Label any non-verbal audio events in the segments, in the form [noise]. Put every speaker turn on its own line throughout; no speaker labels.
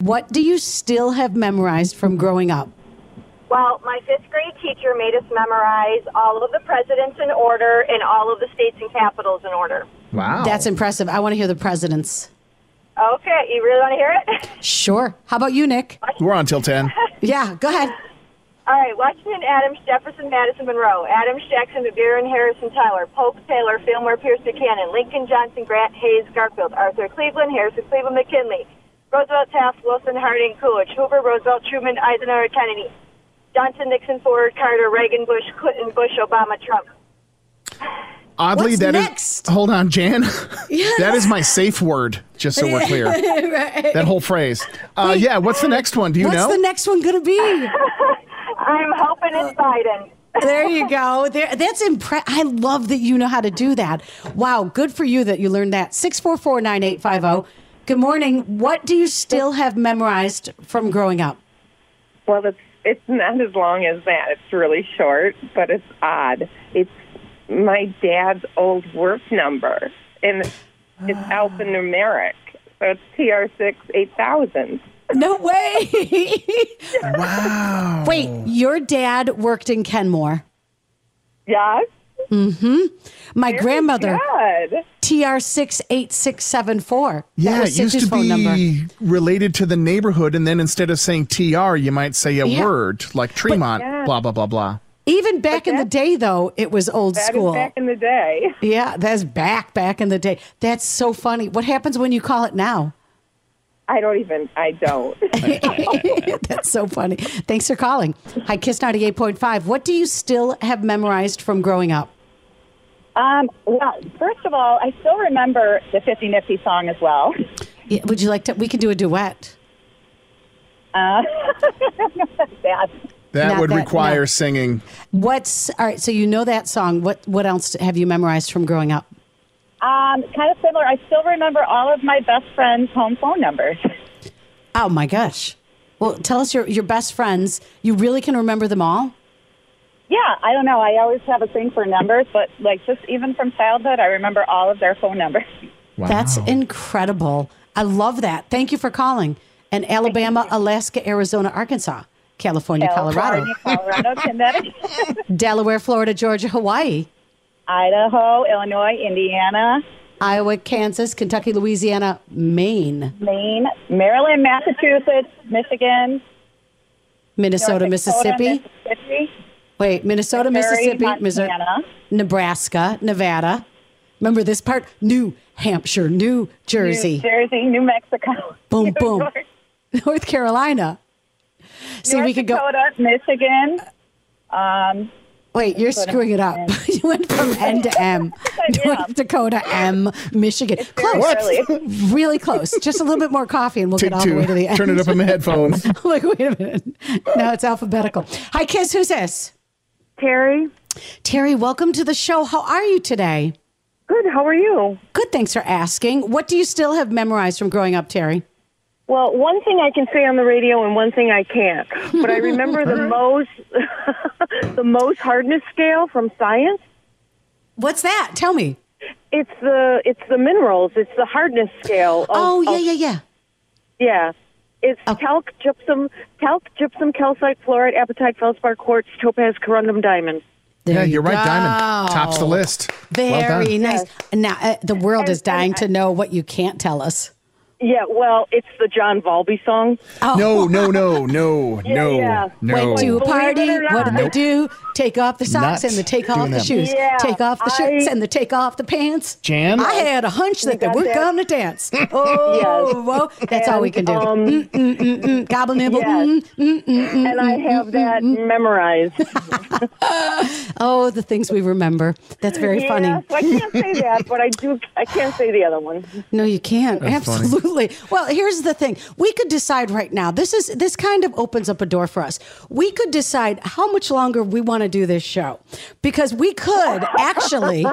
What do you still have memorized from growing up?
Well, my fifth grade teacher made us memorize all of the presidents in order and all of the states and capitals in order.
Wow.
That's impressive. I want to hear the presidents.
Okay, you really want to hear it? [laughs]
Sure. How about you, Nick?
We're on till 10.
Yeah, go ahead. [laughs]
All right, Washington, Adams, Jefferson, Madison, Monroe, Adams, Jackson, McGarren, Harrison, Tyler, Polk, Taylor, Fillmore, Pierce, Buchanan, Lincoln, Johnson, Grant, Hayes, Garfield, Arthur, Cleveland, Harrison, Cleveland, McKinley, Roosevelt, Taft, Wilson, Harding, Coolidge, Hoover, Roosevelt, Truman, Eisenhower, Kennedy, Johnson, Nixon, Ford, Carter, Reagan, Bush, Clinton, Bush, Obama, Trump.
Oddly,
What's
that is.
next?
Hold on,
[laughs]
Jan. that is my safe word, just so we're clear. That whole phrase. Uh, yeah, what's the next one? Do you
What's
know?
the next one going to be?
I'm hoping it's Biden.
There you go. There, that's impre- I love that you know how to do that. Wow, good for you that you learned that. 6449850. oh. Good morning. What do you still have memorized from growing up?
Well, it's it's not as long as that. It's really short, but it's odd. It's my dad's old work number, and it's alphanumeric, so it's TR six eight thousand.
No way. [laughs]
wow.
Wait, your dad worked in Kenmore.
Yes,
My grandmother,
good.
TR68674.
Yeah,
that
it
was
used to
Sitch's phone
be
number.
related to the neighborhood, and then instead of saying TR, you might say a
Yeah.
word like Tremont, blah, blah, blah, blah.
Even back in the day, though, it was old
That is
school.
back in the day.
yeah, that's back, back in the day. That's so funny. What happens when you call it now? [laughs]
I don't even. I don't.
That's so funny. Thanks for calling. Hi, Kiss 98.5. What do you still have memorized from growing up?
Um, well, first of all, I still remember the 50 Nifty song as well.
Yeah, would you like to? We can do a duet.
Uh, that's bad.
That
Not
would
that-
require
no.
singing.
What's all right? So you know that song. What what else have you memorized from growing up?
Um, kind of similar. I still remember all of my best friends' home phone numbers.
Oh my gosh! Well, tell us your your best friends. You really can remember them all.
Yeah, I don't know. I always have a thing for numbers, but like just even from childhood, I remember all of their phone numbers.
Wow.
That's incredible. I love that. Thank you for calling. And Alabama, Alaska, Arizona, Arkansas, California, [laughs] Colorado,
California, Colorado, Connecticut,
Delaware, Florida, Georgia, Hawaii,
Idaho, Illinois, Indiana,
Iowa, Kansas, Kentucky, Louisiana, Maine.
Maine, Maryland, Massachusetts, Michigan,
Minnesota,
North Dakota,
Mississippi.
Mississippi,
Wait, Minnesota,
Missouri,
Mississippi, Missouri,
Montana.
Nebraska, Nevada. Remember this part? New Hampshire, New Jersey,
New Jersey, New Mexico. [laughs]
Boom,
New
boom.
York.
[laughs] North Carolina. See,
North
we could go.
Dakota, Michigan. Um,
Wait, you're screwing it up. [laughs] you went from N [laughs] to M.
Yeah.
North Dakota, M, Michigan. Close.
What?
[laughs] Really close. Just a little bit more coffee and we'll
Take
get all the
two.
way to the end. [laughs]
[laughs] Turn it up in my headphones.
I'm like, wait a minute. No, it's alphabetical. Hi, Kiss. Who's this?
Terry,
Terry, welcome to the show. How are you today?
good. How are you?
Good, thanks for asking. What do you still have memorized from growing up, Terry?
Well, one thing I can say on the radio and one thing I can't, but I remember
[laughs]
the Mohs, [laughs] the Mohs hardness scale from science.
What's that? Tell me.
It's the it's the minerals. It's the hardness scale. Of,
Oh, yeah,
of-
yeah, yeah.
yeah. It's talc, gypsum, talc, gypsum, calcite, fluorite, apatite, feldspar, quartz, topaz, corundum, diamond.
There
yeah, you're right. Diamond
go.
tops the list. Well
Very
done.
nice. Now, uh, the world is dying to know what you can't tell us.
Yeah, well, it's the John Valby song.
No, no,
[laughs]
no, no, no, no.
Went to a party.
Believe it or
What did they
not.
do? Take off the socks
Not
and the take off
doing
the
that.
shoes.
Yeah,
take off the shirts and the take off the pants.
Jan?
I had a hunch that they
got
were
that.
going to
[laughs]
dance. Oh, whoa. That's all we can do.
um,
um,
Mm, mm, mm, mm. Gobble nibble. Mm, mm, mm, mm,
And I
mm,
have
mm,
that
mm,
memorized.
mm. Oh, the things we remember. That's very
Yeah,
funny.
So I can't
[laughs]
say that, but I do. I can't say the other one.
No, you can't.
That's funny.
Absolutely. Well, here's the thing. We could decide right now. This is this kind of opens up a door for us. We could decide how much longer we want to do this show. Because we could actually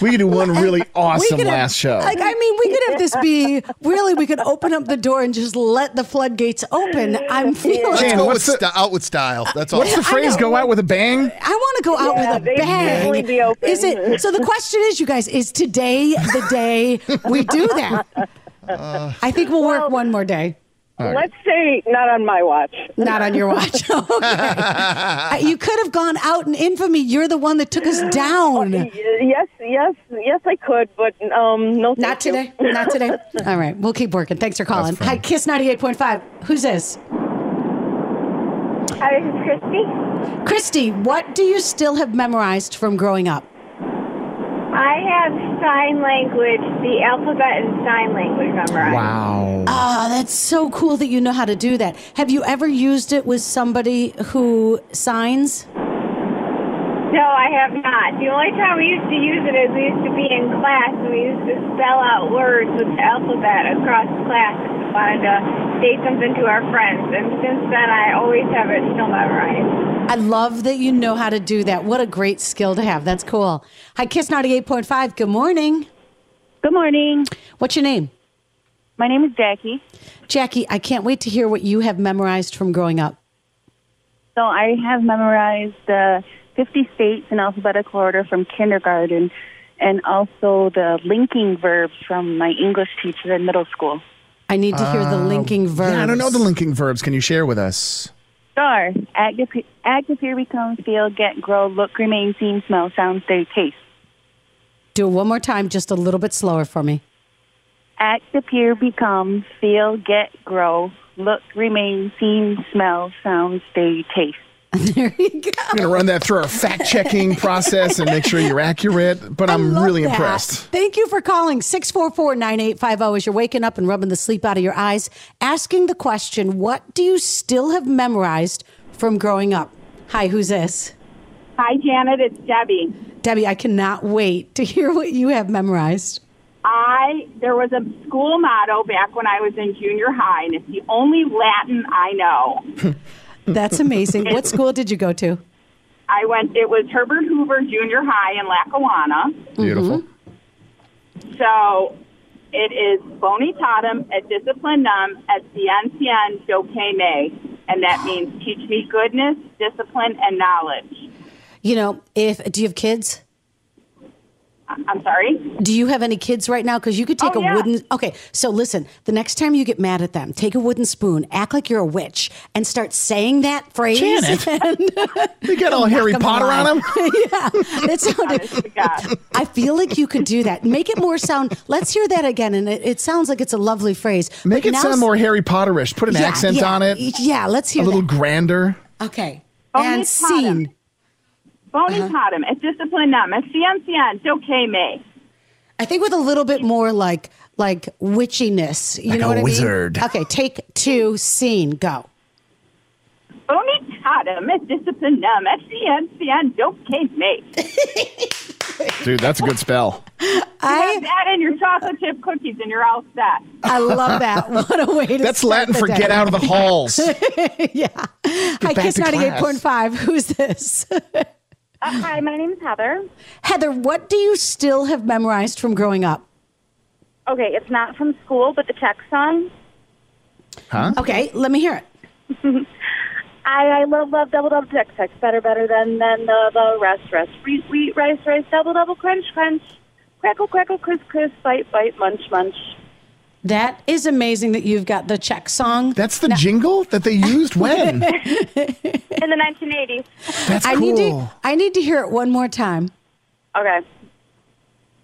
We could do one really awesome
could have-
last show.
Like I mean, we could have this be really we could open up the door and just let the floodgates open. I'm feeling
Let's
Jan,
go with
what's
sti- out with style. That's all.
What's the phrase? Go out with a bang.
I want to go out
Yeah,
with a
they'd definitely
bang.
be open.
Is it so? The question is, you guys, is today the day we do that?
Uh,
I think we'll work one more day.
Let's say not on my watch.
Not on your watch. [laughs] Okay. Uh, you could have gone out in infamy. You're the one that took us down.
Yes, yes, yes. I could, but um, no.
Not
thank you.
today. Not today. All right. We'll keep working. Thanks for calling. Hi, Kiss 98.5. Who's this?
Hi, this is Christy.
Christy, what do you still have memorized from growing up?
I have sign language, the alphabet and sign language memorized.
Wow.
Ah, that's so cool that you know how to do that. Have you ever used it with somebody who signs?
No, I have not. The only time we used to use it is we used to be in class and we used to spell out words with the alphabet across class if we wanted to uh, say something to our friends. And since then, I always have it still memorized.
I love that you know how to do that. What a great skill to have. That's cool. Hi, Kiss 98.5. Good morning.
Good morning.
What's your name?
My name is Jackie.
Jackie, I can't wait to hear what you have memorized from growing up.
So I have memorized the 50 states in alphabetical order from kindergarten and also the linking verbs from my English teacher in middle school.
I need to hear the linking verbs.
Yeah, I don't know the linking verbs. Can you share with us?
Star, act, ap- act, appear, become, feel, get, grow, look, remain, seem, smell, sound, stay, taste.
Do it one more time, just a little bit slower for me. [laughs]
Act, appear, become, feel, get, grow, look, remain, seem, smell, sound, stay, taste.
I'm going to run that through our fact checking process and make sure you're accurate, but I'm
Love
really
that.
impressed.
Thank you for calling 644 9850 as you're waking up and rubbing the sleep out of your eyes, asking the question, What do you still have memorized from growing up? Hi, who's this?
Hi, Janet. It's Debbie.
Debbie, I cannot wait to hear what you have memorized.
I there was a school motto back when I was in junior high, and it's the only Latin I know.
That's amazing.
[laughs]
what school did you go to?
I went. It was Herbert Hoover Junior High in Lackawanna.
Beautiful.
Mm-hmm.
So Oh, it is bonitatum et disciplinum et scientiam doce me, and that means teach me goodness, discipline, and knowledge.
You know, if do you have kids?
I- I'm sorry.
Do you have any kids right now? Because you could take
Oh,
a
yeah.
wooden. Okay, so listen. The next time you get mad at them, take a wooden spoon, act like you're a witch, and start saying that phrase.
Janet. They got all
Knock
Harry
'em
Potter on
around.
them.
yeah, [laughs] that sounded. I feel like you could do that. Make it more sound. Let's hear that again, and it, it sounds like it's a lovely phrase.
Make
But
it
now-
sound more Harry Potterish. Put an
Yeah,
accent
yeah,
on it.
Yeah, let's hear
a little
that.
grander.
okay,
Bonitatum.
and scene.
Bonitatum et disciplinum et scientiam doce me.
I think with a little bit more like like witchiness. You
Like
know
a
what I
wizard.
mean? Okay, take two. Scene. Go.
Bonitatum et disciplinum et scientiam doce me.
Dude, that's a good spell.
Have that and your chocolate chip cookies, and you're all set.
I love that. [laughs] What a way to
That's
start
Latin
the
for
day.
get out of the
[laughs]
halls.
Hi,
back
Kiss
to class.
98.5. Who's this? [laughs]
Uh, hi, my name is Heather.
Heather, what do you still have memorized from growing up?
Okay, it's not from school, but the text song.
Huh?
Okay, let me hear it.
I, I love love double double tex tex better better than than the the rest rest wheat wheat rice rice double double crunch crunch crackle crackle crisp crisp bite bite munch munch.
That is amazing that you've got the Czech song.
That's the jingle that they
[laughs]
used
In
when?
the 1980s.
That's
I
cool.
need to I need to hear it one more time. [laughs]
Okay.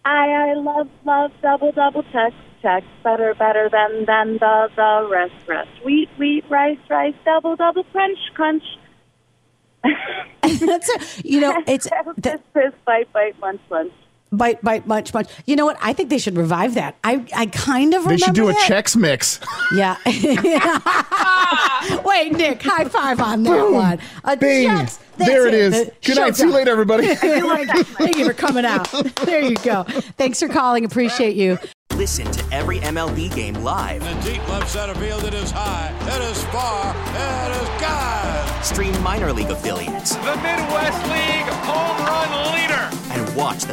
I I love love double double tex tex
text better, better than than the the rest, rest. Wheat, wheat, rice, rice, double, double, crunch, crunch.
That's a,
[laughs]
you
[laughs]
know, it's
this, this, bite, bite, munch, munch.
Bite, bite, munch, munch. You know what? I think they should revive that. I, I kind of
They should do
remember
a
that.
checks mix. [laughs]
Yeah. Wait, Nick, high five on that
Boom.
one. A
Bing.
checks- that's
There it is.
The
Good night. See you
showtime.
later, everybody.
[laughs] You're like, Thank you for coming out. There you go. Thanks for calling. Appreciate you.
Listen to every MLB game live.
The deep left center field, it is high, it is far, it is God.
Stream minor league affiliates
The Midwest League home run leader.
and watch the